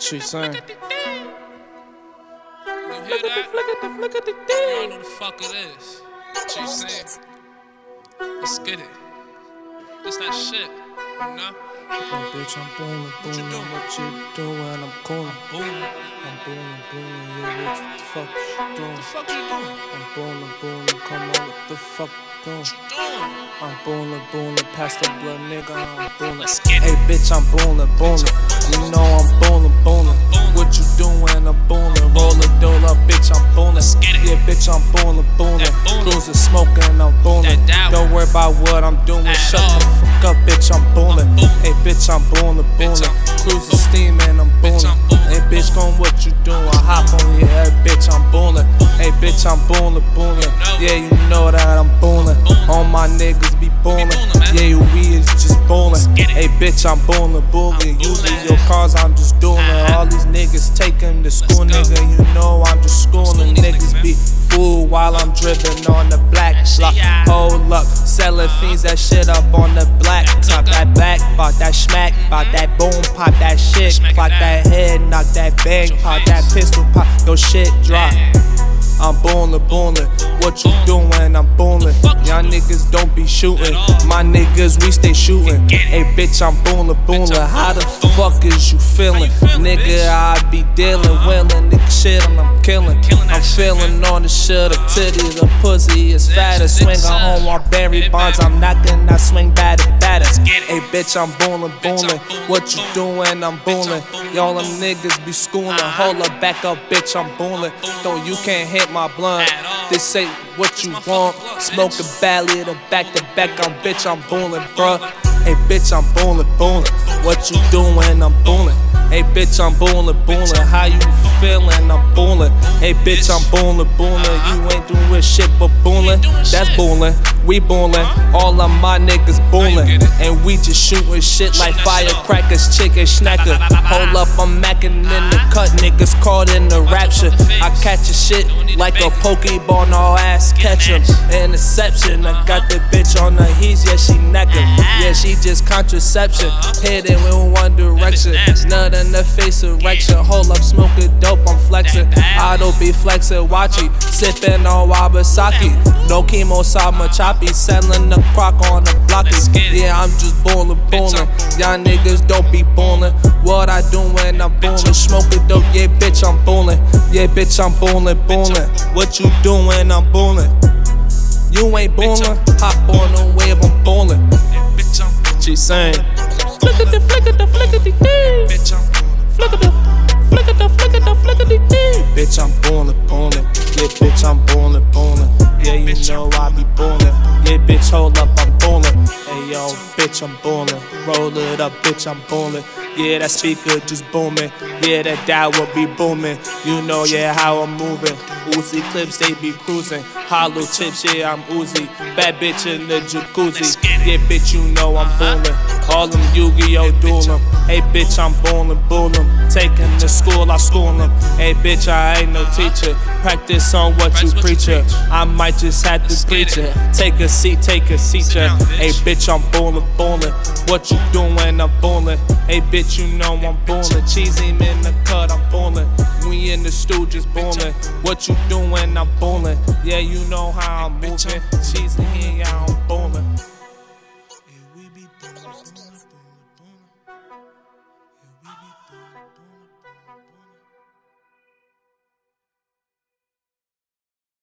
She sang. Look at the thing. Look at the, look at the, look at the Y'all thing. know the fuck it is. What you saying? Let's get it. It's that shit. You know? Oh, bitch, I'm booming, booming. doing? What you doing? I'm calling. Boom. I'm booming, booming. Yeah, bitch, what the fuck you doing? Fuck you doing? I'm booming, booming. Come on, what the fuck you doing? You doing? I'm booming, booming. Pass the blood, nigga. I'm booming. Let's get it. Hey, bitch, I'm booming, booming. You know I'm booming, booming. What you doing? I'm booming. Roll a dole up, bitch, I'm booming. get it. Yeah, bitch, I'm booming, booming. That booming. Cruising, smoking, I'm booming. That dial. Don't worry about what I'm doing. At Shut all. the fuck up, bitch, I'm booming. I'm booming. Hey, bitch, I'm booming, Bitch, booming. I'm Cruising, booming. steaming, I'm Bitch, I'm booming. booming, Hey, bitch, gon' what you doing? Hop on your head, bitch, I'm booming. Hey, bitch, I'm booming, booming. know. Yeah, you know that I'm booming. booming. All my niggas be booming. booming, man. Yeah, we is just booming. get it. Hey, bitch, I'm booming, booming. I'm You booming. be your cars, I'm just doing. Uh-huh. All these niggas taking to school, go. nigga. You know I'm just schooling. School these Niggas niggas, be fool while I'm dripping on the black shit, block. yeah. Hold up, selling fiends that shit up on the black top. go. That back, bought that smack, bought that boom, pop that shit, Smack it pop down. that head, knock that bang, your pop face. that pistol, pop your shit drop. Yeah. I'm booming, booming. What you doing? I'm booming. fuck you Y'all niggas don't be shooting. At all. My niggas, we stay shooting. Get it. Hey, bitch, I'm booming, booming. I'm How the booming, fuck is you feeling? feeling, Nigga, I be dealing, Uh-huh. willing. Nigga, shit, and I'm killing. Killing that I'm shit, feeling man. on the shit. The Uh-huh. titties, the pussy is fat. A That's swing, inside. I own I bury Hey, bonds. man. I'm knocking, I swing batter, batter. get it. Hey, bitch, I'm booming, Bitch, I'm booming. booming, What you booming. doing? I'm Bitch, I'm booming. booming, Y'all them booming. niggas be schooling. Uh-huh. Hold up, back up, bitch, I'm booming. booming, Though you booming. can't hit my blunt. At all. This ain't what you my fucking want. blunt, Smoke a bitch. ballad or back to back. I'm bitch, I'm booming, bruh. Hey, bitch, I'm booming, booming. What you doing? I'm booming. Hey, bitch, I'm booming, booming. How you feeling? I'm booming. Hey, bitch, I'm booming, booming. You ain't doing shit but booming. You Uh-huh. ain't doing That's shit. Uh-huh. booming. We booming. All of my niggas booming. get it. And we just shooting shit like that shit up. firecrackers, chicken schnacker. Hold up, I'm macking in the cut. Niggas caught in the rapture. I catch a shit like a Pokeball, no ass catch him. Interception, I got the bitch on her heels, yeah, she necking. Yeah, she just contraception. Hit it in one direction. Nut in the face erection. Hold up, smoking dope, I'm flexing. I don't be flexing, watching. Sipping on Wabasaki. No chemo, Sama choppy. Selling the crock on the blocky. Let's get it. Yeah, I'm just bowling, Bitch, bowling. I'm ballin'. Y'all niggas don't be bowling. What I do when I'm bowling? I'm Smoking dope, yeah, bitch, I'm bowling. Yeah, bitch, I'm bowling, bowling. What you doing? I'm bowling. You ain't bowling. Hop on the wave, I'm bowling. Yeah, bitch, I'm boom. She sang. Flick at the flick at the flick at the thing. Bitch, I'm boom. Flick at the flick at the flick at the flick at the thing. Bitch, I'm bowling, bowling. Yeah, bitch, I'm bowling, bowling. Yeah, you Bitch, know I'm I be bowling. Yeah, bitch, hold up, I'm bowling. Hey, yo, bitch, I'm bowling. Roll it up, bitch, I'm bowling. Yeah, that speaker just booming. Yeah, that dial will be booming. You know, yeah, how I'm moving. Uzi clips, they be cruising. Hollow tips, yeah, I'm Uzi. Bad bitch in the jacuzzi. Let's get it. Yeah, bitch, you know I'm bowling. All them Yu-Gi-Oh dueling. Hey, bitch, I'm bowling, bowling. Taking to school, I school them. Hey, bitch, I ain't no teacher. Practice on what you Practice what you preacher. preach. I might just have to Let's get preach it. it. Take a seat, take a seat, Sit yeah. down, bitch. Hey, bitch, I'm bowling, bowling. What you doing? I'm bowling. Hey, bitch, you know I'm bowling. Cheesy in the cut, I'm bowling. We in the stool just bowling. What you doing? I'm bowling. Yeah, you know how I'm Bitch, moving. I'm Cheesy here, yeah, I'm